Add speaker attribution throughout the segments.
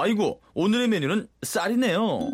Speaker 1: 아이고, 오늘의 메뉴는 쌀이네요.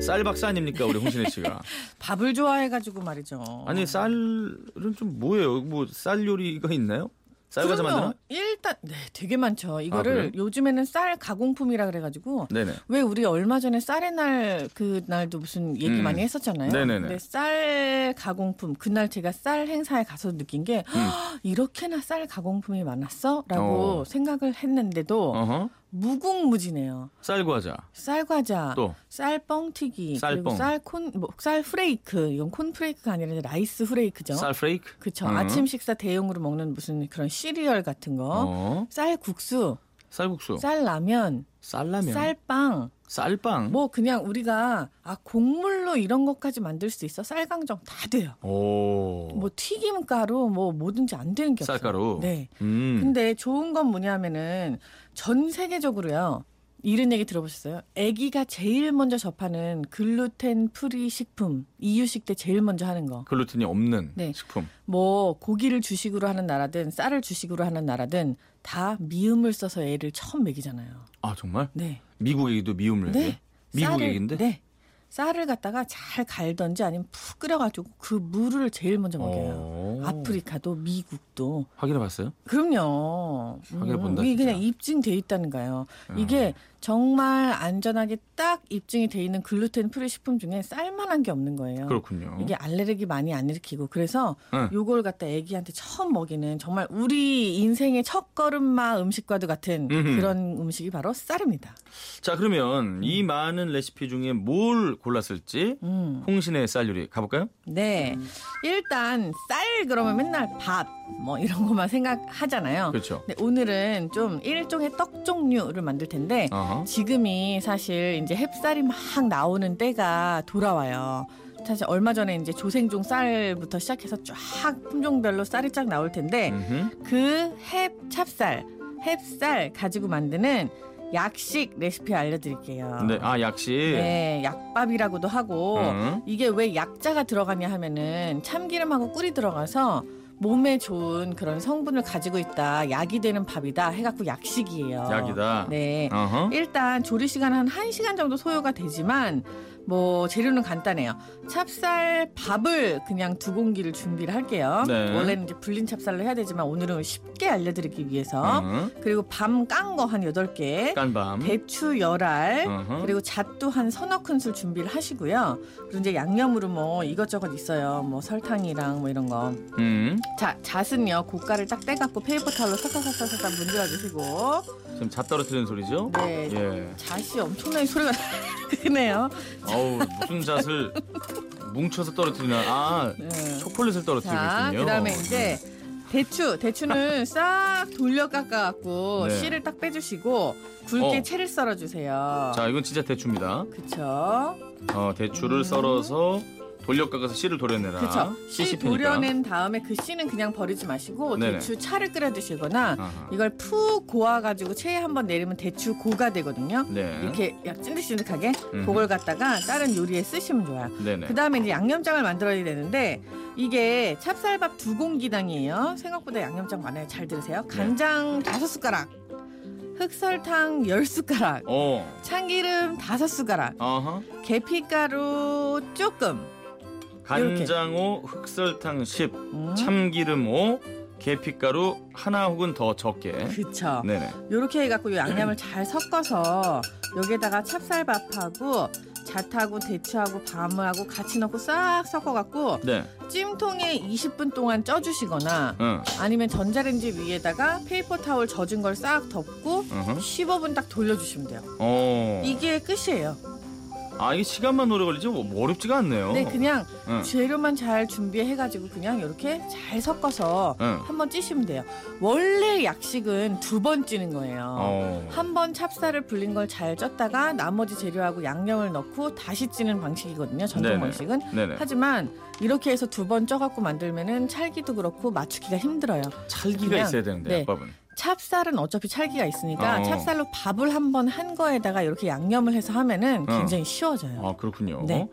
Speaker 1: 쌀박사 아닙니까, 우리 홍신혜 씨가.
Speaker 2: 밥을 좋아해가지고 말이죠.
Speaker 1: 아니, 쌀은 좀 뭐예요? 뭐 쌀 요리가 있나요? 쌀 과자
Speaker 2: 그럼요.
Speaker 1: 만드나? 아,
Speaker 2: 일단 네 되게 많죠.
Speaker 1: 그래요?
Speaker 2: 이거를 요즘에는 쌀 가공품이라 그래가지고
Speaker 1: 네네.
Speaker 2: 왜 우리 얼마 전에 쌀의 날 그날도 무슨 얘기
Speaker 1: 음.
Speaker 2: 많이 했었잖아요.
Speaker 1: 네네네.
Speaker 2: 근데 쌀 가공품 그날 제가 쌀 행사에 가서 느낀 게
Speaker 1: 음.
Speaker 2: "헉, 이렇게나 쌀 가공품이 많았어라고
Speaker 1: 어.
Speaker 2: 생각을 했는데도
Speaker 1: 어허.
Speaker 2: 무궁무진해요.
Speaker 1: 쌀 과자.
Speaker 2: 쌀 과자,
Speaker 1: 또.
Speaker 2: 쌀 뻥튀기,
Speaker 1: 쌀뻥.
Speaker 2: 그리고 쌀콘 뭐, 쌀 프레이크 이건 콘 프레이크가 아니라 이제 라이스 프레이크죠.
Speaker 1: 쌀 프레이크.
Speaker 2: 그쵸
Speaker 1: 음.
Speaker 2: 아침 식사 대용으로 먹는 무슨 그런 시리얼 같은 거.
Speaker 1: 어.
Speaker 2: 쌀 국수,
Speaker 1: 쌀국수.
Speaker 2: 쌀 라면,
Speaker 1: 쌀라면. 음?
Speaker 2: 쌀빵,
Speaker 1: 쌀빵.
Speaker 2: 뭐 그냥 우리가 아 곡물로 이런 것까지 만들 수 있어 쌀강정 다 돼요.
Speaker 1: 오.
Speaker 2: 뭐 튀김가루 뭐 뭐든지 안 되는 게 없어요.
Speaker 1: 어. 쌀가루.
Speaker 2: 네.
Speaker 1: 음.
Speaker 2: 근데 좋은 건 뭐냐면은 전 세계적으로요. 이런 얘기 들어보셨어요? 아기가 제일 먼저 접하는 글루텐 프리 식품 이유식 때 제일 먼저 하는 거.
Speaker 1: 글루텐이 없는
Speaker 2: 네.
Speaker 1: 식품.
Speaker 2: 뭐 고기를 주식으로 하는 나라든 쌀을 주식으로 하는 나라든 다 미음을 써서 애를 처음 먹이잖아요.
Speaker 1: 아, 정말?
Speaker 2: 네.
Speaker 1: 미국 얘기도 미움을 해요?
Speaker 2: 네.
Speaker 1: 미국
Speaker 2: 쌀을-
Speaker 1: 얘기인데?
Speaker 2: 네. 쌀을 갖다가 잘 갈던지 아니면 푹 끓여가지고 그 물을 제일 먼저 먹여요.
Speaker 1: 어. 오.
Speaker 2: 아프리카도 미국도
Speaker 1: 확인해 봤어요?
Speaker 2: 그럼요.
Speaker 1: 확인해 본다,
Speaker 2: 이게
Speaker 1: 진짜. 음.
Speaker 2: 그냥 입증돼 있다는가요? 이게 정말 안전하게 딱 입증이 돼 있는 글루텐 프리 식품 중에 쌀만한 게 없는 거예요.
Speaker 1: 그렇군요.
Speaker 2: 이게 알레르기 많이 안 일으키고 그래서
Speaker 1: 어? 응.
Speaker 2: 요걸 갖다 애기한테 처음 먹이는 정말 우리 인생의 첫 걸음마 음식과도 같은
Speaker 1: 음흠.
Speaker 2: 그런 음식이 바로 쌀입니다.
Speaker 1: 자, 그러면 이 많은 레시피 중에 뭘 골랐을지
Speaker 2: 음.
Speaker 1: 홍신의 쌀 요리 가볼까요?
Speaker 2: 네. 일단 쌀 그러면 맨날 밥 뭐 이런 것만 생각하잖아요.
Speaker 1: 그렇죠.
Speaker 2: 근데 오늘은 좀 일종의 떡 종류를 만들 텐데
Speaker 1: 어허.
Speaker 2: 지금이 사실 이제 햅쌀이 막 나오는 때가 돌아와요. 사실 얼마 전에 이제 조생종 쌀부터 시작해서 쫙 품종별로 쌀이 쫙 나올 텐데
Speaker 1: 음흠.
Speaker 2: 그 햅찹쌀, 햅쌀 가지고 만드는 약식 레시피 알려드릴게요.
Speaker 1: 네, 아 약식.
Speaker 2: 어. 네, 어. 약밥이라고도 하고
Speaker 1: 음.
Speaker 2: 이게 왜 약자가 들어가냐 하면은 참기름하고 꿀이 들어가서 몸에 좋은 그런 성분을 가지고 있다. 약이 되는 밥이다 해갖고 약식이에요.
Speaker 1: 약이다.
Speaker 2: 네.
Speaker 1: 어허.
Speaker 2: 일단 조리 시간 한 1시간 정도 소요가 되지만 뭐 재료는 간단해요. 찹쌀 밥을 그냥 두 공기를 준비를 할게요.
Speaker 1: 네.
Speaker 2: 원래는 이제 불린 찹쌀로 해야 되지만 오늘은 쉽게 알려 드리기 위해서.
Speaker 1: 음.
Speaker 2: 그리고 밤 깐 거 한 8개,
Speaker 1: 깐밤. 음.
Speaker 2: 대추 열알
Speaker 1: 어허.
Speaker 2: 그리고 잣도 한 서너 큰술 준비를 하시고요. 그리고 이제 양념으로 뭐 이것저것 있어요. 뭐 설탕이랑 뭐 이런 거.
Speaker 1: 음.
Speaker 2: 자, 잣은요. 고가를 딱 떼갖고 페이퍼 타올로 싹싹싹싹 문질러 주시고
Speaker 1: 지금 잣 떨어뜨리는 소리죠?
Speaker 2: 네.
Speaker 1: 예.
Speaker 2: 잣이 엄청나게 소리가 크네요.
Speaker 1: 어우 무슨 잣을 뭉쳐서 떨어뜨리나? 아
Speaker 2: 네.
Speaker 1: 초콜릿을 떨어뜨리고
Speaker 2: 자,
Speaker 1: 있군요. 네.
Speaker 2: 그다음에 이제 대추, 대추는 싹 돌려 깎아갖고
Speaker 1: 네.
Speaker 2: 씨를 딱 빼주시고 굵게
Speaker 1: 어.
Speaker 2: 채를 썰어주세요.
Speaker 1: 자 이건 진짜 대추입니다.
Speaker 2: 그쵸?
Speaker 1: 어, 대추를 썰어서 돌려깎아서 씨를 도려내라.
Speaker 2: 음. 그쵸? 씨
Speaker 1: 씹히니까.
Speaker 2: 도려낸 다음에 그 씨는 그냥 버리지 마시고
Speaker 1: 네네.
Speaker 2: 대추 차를 끓여 드시거나
Speaker 1: 아하.
Speaker 2: 이걸 푹 고아가지고 체에 한번 내리면 대추 고가 되거든요.
Speaker 1: 네.
Speaker 2: 이렇게 약 찐득찐득하게
Speaker 1: 음.
Speaker 2: 그걸 갖다가 다른 요리에 쓰시면 좋아요.
Speaker 1: 네네.
Speaker 2: 그 다음에 이제 양념장을 만들어야 되는데 이게 찹쌀밥 두 공기당이에요. 생각보다 양념장 많아요. 잘 들으세요.
Speaker 1: 네.
Speaker 2: 간장 다섯 숟가락, 흑설탕 열 숟가락,
Speaker 1: 어.
Speaker 2: 참기름 다섯 숟가락,
Speaker 1: 아하.
Speaker 2: 계피가루 조금,
Speaker 1: 간장 5, 흑설탕 10,
Speaker 2: 음,
Speaker 1: 참기름 5, 계피가루 하나 혹은 더 적게.
Speaker 2: 그쵸.
Speaker 1: 네네.
Speaker 2: 요렇게 해갖고 요 양념을
Speaker 1: 네.
Speaker 2: 잘 섞어서 여기에다가 찹쌀밥하고 잣하고 대추하고 밤하고 같이 넣고 싹 섞어갖고
Speaker 1: 네.
Speaker 2: 찜통에 20분 동안 쪄주시거나
Speaker 1: 응.
Speaker 2: 아니면 전자레인지 위에다가 페이퍼 타올 젖은 걸 싹 덮고
Speaker 1: 어허.
Speaker 2: 15분 딱 돌려주시면 돼요.
Speaker 1: 어.
Speaker 2: 이게 끝이에요.
Speaker 1: 아 이게 시간만 오래 걸리지 뭐, 뭐 어렵지가 않네요.
Speaker 2: 네, 그냥
Speaker 1: 응.
Speaker 2: 재료만 잘 준비해가지고 그냥 이렇게 잘 섞어서
Speaker 1: 응.
Speaker 2: 한번 찌시면 돼요. 원래 약식은 두 번 찌는 거예요.
Speaker 1: 어.
Speaker 2: 한 번 찹쌀을 불린 걸 잘 쪘다가 나머지 재료하고 양념을 넣고 다시 찌는 방식이거든요. 전통
Speaker 1: 네네.
Speaker 2: 방식은.
Speaker 1: 네네.
Speaker 2: 하지만 이렇게 해서 두 번 쪄갖고 만들면은 찰기도 그렇고 맞추기가 힘들어요.
Speaker 1: 찰기가
Speaker 2: 그냥-
Speaker 1: 있어야 되는데
Speaker 2: 네.
Speaker 1: 약밥은.
Speaker 2: 찹쌀은 어차피 찰기가 있으니까
Speaker 1: 어.
Speaker 2: 찹쌀로 밥을 한 번 한 거에다가 이렇게 양념을 해서 하면은
Speaker 1: 어.
Speaker 2: 굉장히 쉬워져요.
Speaker 1: 아 그렇군요.
Speaker 2: 네. 음.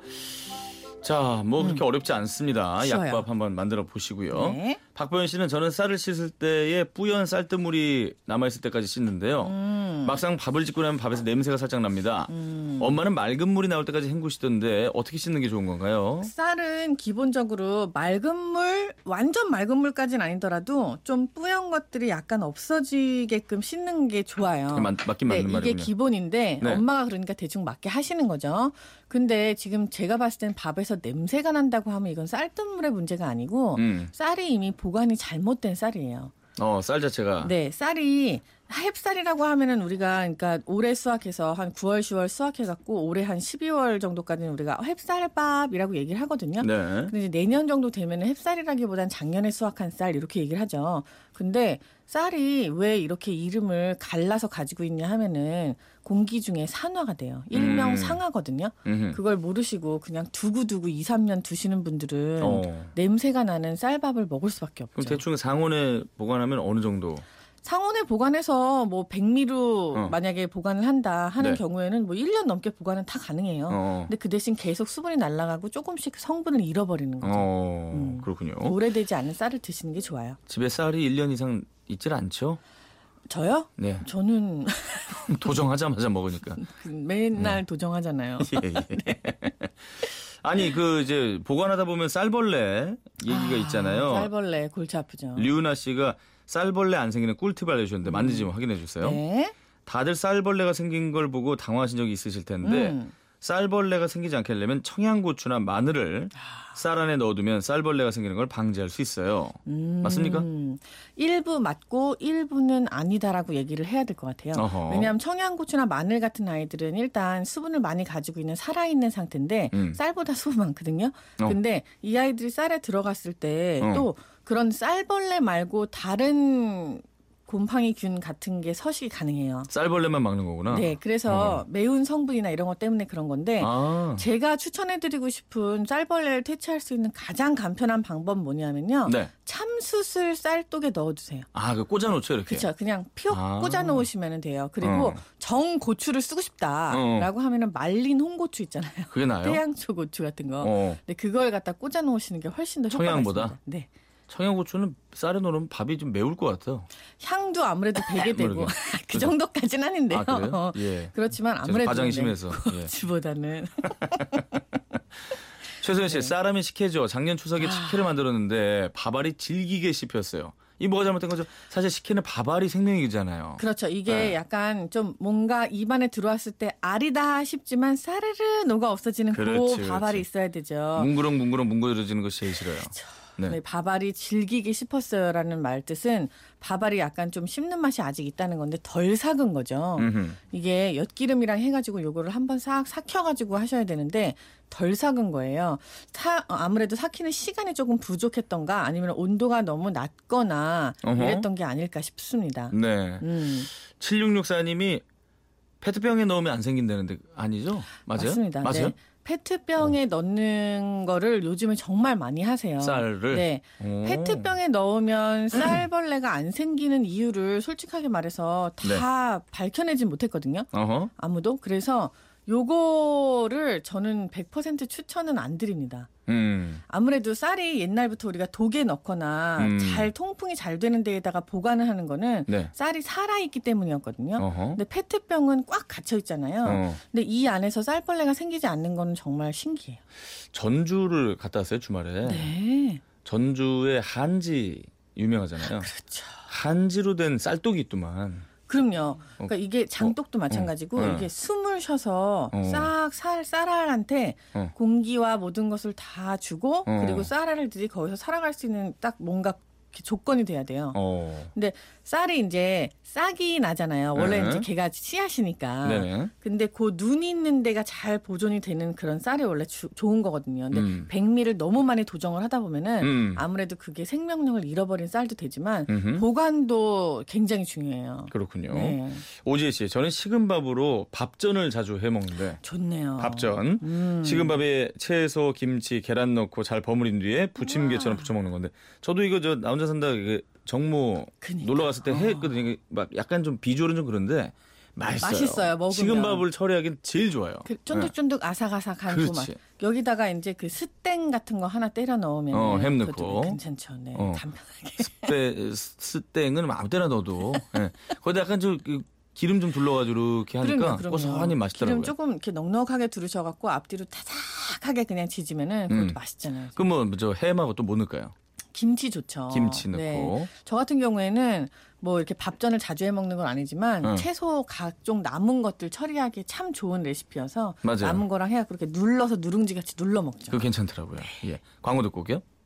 Speaker 1: 자, 뭐 그렇게 어렵지 않습니다.
Speaker 2: 쉬워요.
Speaker 1: 약밥 한번 만들어 보시고요.
Speaker 2: 네.
Speaker 1: 박보현 씨는 저는 쌀을 씻을 때에 뿌연 쌀뜨물이 남아있을 때까지 씻는데요.
Speaker 2: 음.
Speaker 1: 막상 밥을 짓고 나면 밥에서 냄새가 살짝 납니다.
Speaker 2: 음.
Speaker 1: 엄마는 맑은 물이 나올 때까지 헹구시던데 어떻게 씻는 게 좋은 건가요?
Speaker 2: 쌀은 기본적으로 맑은 물, 완전 맑은 물까지는 아니더라도 좀 뿌연 것들이 약간 없어지게끔 씻는 게 좋아요.
Speaker 1: 맞, 맞긴
Speaker 2: 네,
Speaker 1: 맞는
Speaker 2: 이게
Speaker 1: 말이군요.
Speaker 2: 기본인데
Speaker 1: 네.
Speaker 2: 엄마가 그러니까 대충 맞게 하시는 거죠. 근데 지금 제가 봤을 땐 밥에서 냄새가 난다고 하면 이건 쌀뜨물의 문제가 아니고
Speaker 1: 음.
Speaker 2: 쌀이 이미 보관이 잘못된 쌀이에요.
Speaker 1: 어, 쌀 자체가
Speaker 2: 네, 쌀이 햅쌀이라고 하면은 우리가 그러니까 올해 수확해서 한 9월, 10월 수확해갖고 올해 한 12월 정도까지는 우리가 햅쌀밥이라고 얘기를 하거든요.
Speaker 1: 네.
Speaker 2: 근데 이제 내년 정도 되면은 햅쌀이라기보단 작년에 수확한 쌀 이렇게 얘기를 하죠. 근데 쌀이 왜 이렇게 이름을 갈라서 가지고 있냐 하면은 공기 중에 산화가 돼요. 일명
Speaker 1: 음. 네.
Speaker 2: 상하거든요.
Speaker 1: 음흠.
Speaker 2: 그걸 모르시고 그냥 두고두고 2, 3년 두시는 분들은
Speaker 1: 어.
Speaker 2: 냄새가 나는 쌀밥을 먹을 수밖에
Speaker 1: 그럼
Speaker 2: 없죠.
Speaker 1: 대충 상온에 보관하면 어느 정도?
Speaker 2: 상온에 보관해서 뭐 백미로
Speaker 1: 어.
Speaker 2: 만약에 보관을 한다 하는
Speaker 1: 네.
Speaker 2: 경우에는 뭐 1년 넘게 보관은 다 가능해요.
Speaker 1: 어.
Speaker 2: 근데 그 대신 계속 수분이 날아가고 조금씩 성분을 잃어버리는 거죠.
Speaker 1: 어.
Speaker 2: 음.
Speaker 1: 그렇군요.
Speaker 2: 오래되지 않은 쌀을 드시는 게 좋아요.
Speaker 1: 집에 쌀이 1년 이상 있질 않죠?
Speaker 2: 저요?
Speaker 1: 네.
Speaker 2: 저는
Speaker 1: 도정하자마자 먹으니까. 네.
Speaker 2: 맨날 도정하잖아요.
Speaker 1: 예, 예. 아니 그 이제 보관하다 보면 쌀벌레 얘기가 있잖아요.
Speaker 2: 아, 쌀벌레 골치 아프죠.
Speaker 1: 류나 씨가 쌀벌레 안 생기는 꿀팁 알려주셨는데 맞는지 좀 확인해 주세요.
Speaker 2: 음. 네.
Speaker 1: 다들 쌀벌레가 생긴 걸 보고 당황하신 적이 있으실 텐데
Speaker 2: 음.
Speaker 1: 쌀벌레가 생기지 않게 하려면 청양고추나 마늘을
Speaker 2: 아.
Speaker 1: 쌀 안에 넣어두면 쌀벌레가 생기는 걸 방지할 수 있어요.
Speaker 2: 음.
Speaker 1: 맞습니까?
Speaker 2: 일부 맞고 일부는 아니다라고 얘기를 해야 될 것 같아요.
Speaker 1: 어허.
Speaker 2: 왜냐하면 청양고추나 마늘 같은 아이들은 일단 수분을 많이 가지고 있는 살아있는 상태인데
Speaker 1: 음.
Speaker 2: 쌀보다 수분 많거든요.
Speaker 1: 어.
Speaker 2: 근데 이 아이들이 쌀에 들어갔을 때
Speaker 1: 어.
Speaker 2: 또 그런 쌀벌레 말고 다른 곰팡이균 같은 게 서식이 가능해요.
Speaker 1: 쌀벌레만 막는 거구나.
Speaker 2: 네, 그래서 매운 성분이나 이런 것 때문에 그런 건데
Speaker 1: 어. 아,
Speaker 2: 제가 추천해드리고 싶은 쌀벌레를 퇴치할 수 있는 가장 간편한 방법 뭐냐면요.
Speaker 1: 네.
Speaker 2: 참숯을 쌀독에 넣어주세요.
Speaker 1: 아, 그 꽂아 놓죠 이렇게.
Speaker 2: 그렇죠. 그냥 표
Speaker 1: 아.
Speaker 2: 꽂아 놓으시면 돼요. 그리고
Speaker 1: 어.
Speaker 2: 정 고추를 쓰고 싶다라고 하면은 말린 홍고추 있잖아요.
Speaker 1: 그게 나요?
Speaker 2: 태양초 고추 같은 거.
Speaker 1: 어.
Speaker 2: 근데 그걸 갖다 꽂아 놓으시는 게 훨씬 더 효과가
Speaker 1: 청양보다?
Speaker 2: 있습니다. 네.
Speaker 1: 청양고추는 쌀에 넣으면 밥이 좀 매울 것 같아요.
Speaker 2: 향도 아무래도 배게 되고
Speaker 1: 모르겠네.
Speaker 2: 그 정도까지는 아닌데요. 어.
Speaker 1: 아 그래요? 예.
Speaker 2: 그렇지만
Speaker 1: 제가
Speaker 2: 아무래도
Speaker 1: 과장이
Speaker 2: 네,
Speaker 1: 심해서. 예.
Speaker 2: 고추보다는
Speaker 1: 최소연 씨, 쌀하면 식혜죠. 작년 추석에
Speaker 2: 네. 아.
Speaker 1: 식혜를 만들었는데 밥알이 질기게 씹혔어요. 이 뭐가 잘못된 거죠? 사실 식혜는 밥알이 생명이잖아요.
Speaker 2: 그렇죠. 이게
Speaker 1: 네.
Speaker 2: 약간 좀 뭔가 입안에 들어왔을 때 알이다 싶지만 사르르 녹아 없어지는 그
Speaker 1: 그렇지, 그렇지.
Speaker 2: 밥알이 있어야 되죠.
Speaker 1: 아. 뭉그렁 뭉그렁 뭉그러지는 것이 제일 싫어요. 네.
Speaker 2: 네, 밥알이 질기기 싶었어요라는 말 뜻은 밥알이 약간 좀 씹는 맛이 아직 있다는 건데 덜 삭은 거죠.
Speaker 1: 음흠.
Speaker 2: 이게 엿기름이랑 해가지고 요거를 한번 싹 삭혀가지고 하셔야 되는데 덜 삭은 거예요. 사- 어, 아무래도 삭히는 시간이 조금 부족했던가 아니면 온도가 너무 낮거나
Speaker 1: 어허.
Speaker 2: 이랬던 게 아닐까 싶습니다.
Speaker 1: 네.
Speaker 2: 음,
Speaker 1: 7664님이 페트병에 넣으면 안 생긴다는데 아니죠? 맞아요?
Speaker 2: 맞습니다.
Speaker 1: 맞아요?
Speaker 2: 네. 페트병에 넣는 거를 요즘에 정말 많이 하세요.
Speaker 1: 쌀을 어.
Speaker 2: 네.
Speaker 1: 오.
Speaker 2: 페트병에 넣으면 쌀벌레가 안 생기는 이유를 솔직하게 말해서
Speaker 1: 네.
Speaker 2: 다 밝혀내진 못했거든요.
Speaker 1: 어허.
Speaker 2: 아무도. 그래서 요거를 저는 100% 추천은 안 드립니다.
Speaker 1: 음.
Speaker 2: 아무래도 쌀이 옛날부터 우리가 독에 넣거나
Speaker 1: 음.
Speaker 2: 잘 통풍이 잘 되는 데에다가 보관을 하는 거는
Speaker 1: 네.
Speaker 2: 쌀이 살아있기 때문이었거든요.
Speaker 1: 어허.
Speaker 2: 근데 페트병은 꽉 갇혀 있잖아요.
Speaker 1: 어.
Speaker 2: 근데 이 안에서 쌀벌레가 생기지 않는 거는 정말 신기해요.
Speaker 1: 전주를 갔다 왔어요, 주말에.
Speaker 2: 네.
Speaker 1: 전주의 한지 유명하잖아요.
Speaker 2: 그렇죠.
Speaker 1: 한지로 된 쌀떡이 있더만.
Speaker 2: 그럼요. 그러니까 이게 장독도 마찬가지고
Speaker 1: 어.
Speaker 2: 이게 숨을 쉬어서
Speaker 1: 어.
Speaker 2: 싹쌀 쌀알한테
Speaker 1: 어.
Speaker 2: 공기와 모든 것을 다 주고
Speaker 1: 어.
Speaker 2: 그리고 쌀알들이 거기서 살아갈 수 있는 딱 뭔가 이렇게 조건이 돼야 돼요.
Speaker 1: 어.
Speaker 2: 쌀이 이제 싹이 나잖아요. 원래
Speaker 1: 네.
Speaker 2: 이제 걔가 씨앗이니까.
Speaker 1: 네네.
Speaker 2: 근데 그 눈 있는 데가 잘 보존이 되는 그런 쌀이 원래 주- 좋은 거거든요. 근데
Speaker 1: 음.
Speaker 2: 백미를 너무 많이 도정을 하다 보면은
Speaker 1: 음.
Speaker 2: 아무래도 그게 생명력을 잃어버린 쌀도 되지만
Speaker 1: 음흠.
Speaker 2: 보관도 굉장히 중요해요.
Speaker 1: 그렇군요.
Speaker 2: 네.
Speaker 1: 오지혜 씨, 저는 식은밥으로 밥전을 자주 해 먹는데
Speaker 2: 좋네요.
Speaker 1: 밥전
Speaker 2: 음.
Speaker 1: 식은밥에 채소, 김치, 계란 넣고 잘 버무린 뒤에 부침개처럼
Speaker 2: 우와.
Speaker 1: 부쳐 먹는 건데 저도 이거 저 나 혼자 산다 그 정모
Speaker 2: 그니까.
Speaker 1: 놀러 갔을 때
Speaker 2: 어.
Speaker 1: 했거든요. 이게 막 약간 좀 비주얼은 좀 그런데 맛있어요.
Speaker 2: 맛있어요, 먹으면.
Speaker 1: 식은밥을 처리하긴 제일 좋아요.
Speaker 2: 그 쫀득쫀득 아삭아삭한 그
Speaker 1: 네.
Speaker 2: 맛.
Speaker 1: 그렇지.
Speaker 2: 여기다가 이제 그 스땡 같은 거 하나 때려 넣으면
Speaker 1: 어, 햄 넣고.
Speaker 2: 괜찮죠. 네.
Speaker 1: 어.
Speaker 2: 간편하게.
Speaker 1: 스테, 스땡은 아무 때나 넣어도. 예. 거기다 약간 좀그 기름 좀 둘러가지고 이렇게 하니까
Speaker 2: 그럼요, 그럼요.
Speaker 1: 고소하니 맛있더라고요.
Speaker 2: 기름 조금 이렇게 넉넉하게 두르셔 갖고 앞뒤로 타삭하게 그냥 지지면은 그것도
Speaker 1: 음.
Speaker 2: 맛있잖아요.
Speaker 1: 그럼 뭐 저 햄하고 또 뭐 넣을까요?
Speaker 2: 김치 좋죠.
Speaker 1: 김치 넣고.
Speaker 2: 네. 저 같은 경우에는 뭐 이렇게 밥전을 자주 해 먹는 건 아니지만
Speaker 1: 응.
Speaker 2: 채소 각종 남은 것들 처리하기 참 좋은 레시피여서
Speaker 1: 맞아요.
Speaker 2: 남은 거랑 해야 그렇게 눌러서 누룽지 같이 눌러 먹죠.
Speaker 1: 그거 괜찮더라고요. 예. 광고 듣고 올게요.